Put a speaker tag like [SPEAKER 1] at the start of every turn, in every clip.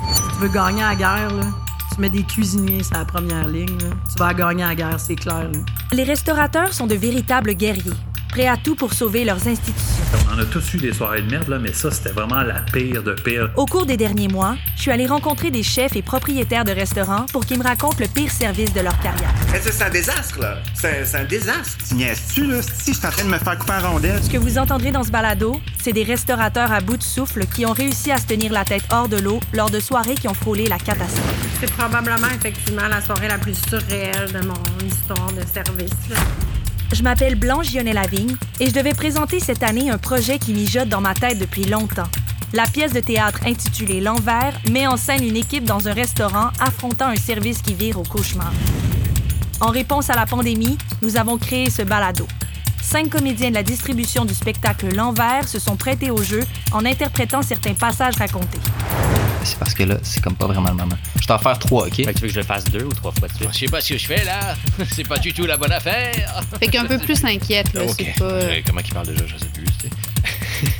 [SPEAKER 1] tu veux gagner à la guerre, là, tu mets des cuisiniers sur la première ligne. là. Tu vas gagner à la guerre, c'est clair. là.
[SPEAKER 2] Les restaurateurs sont de véritables guerriers, prêts à tout pour sauver leurs institutions.
[SPEAKER 3] On en a tous eu des soirées de merde, là, mais ça, c'était vraiment la pire de pire.
[SPEAKER 2] Au cours des derniers mois, je suis allée rencontrer des chefs et propriétaires de restaurants pour qu'ils me racontent le pire service de leur carrière.
[SPEAKER 4] Mais C'est c'est un désastre, là. C'est c'est un désastre. Tu niaises-tu, là? Si, je suis en train de me faire couper en rondelles.
[SPEAKER 2] Ce que vous entendrez dans ce balado, c'est des restaurateurs à bout de souffle qui ont réussi à se tenir la tête hors de l'eau lors de soirées qui ont frôlé la catastrophe.
[SPEAKER 5] C'est probablement effectivement la soirée la plus surréelle de mon histoire de service. là.
[SPEAKER 2] Je m'appelle Blanche Lionel Lavigne et je devais présenter cette année un projet qui mijote dans ma tête depuis longtemps. La pièce de théâtre intitulée L'envers met en scène une équipe dans un restaurant affrontant un service qui vire au cauchemar. En réponse à la pandémie, nous avons créé ce balado. Cinq comédiens de la distribution du spectacle L'envers se sont prêtés au jeu en interprétant certains passages racontés.
[SPEAKER 6] C'est parce que là, c'est comme pas vraiment le moment. Je t'en faire trois, OK?
[SPEAKER 7] Fait que tu veux que je le fasse deux ou trois fois de suite?
[SPEAKER 8] Je sais pas ce que je fais là. C'est pas du tout la bonne affaire.
[SPEAKER 9] Fait qu'un peu plus inquiète, là,
[SPEAKER 8] Ok.
[SPEAKER 9] c'est pas...
[SPEAKER 8] Euh, Comment il parle déjà, je sais plus. tu sais.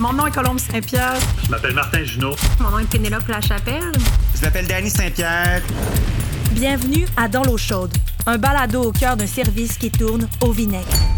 [SPEAKER 1] Mon nom est Colombe Saint-Pierre.
[SPEAKER 3] Je m'appelle Martin Junot.
[SPEAKER 5] Mon nom est Pénélope Lachapelle.
[SPEAKER 4] Je m'appelle Danny Saint-Pierre.
[SPEAKER 2] Bienvenue à Dans l'eau chaude, un balado au cœur d'un service qui tourne au vinaigre.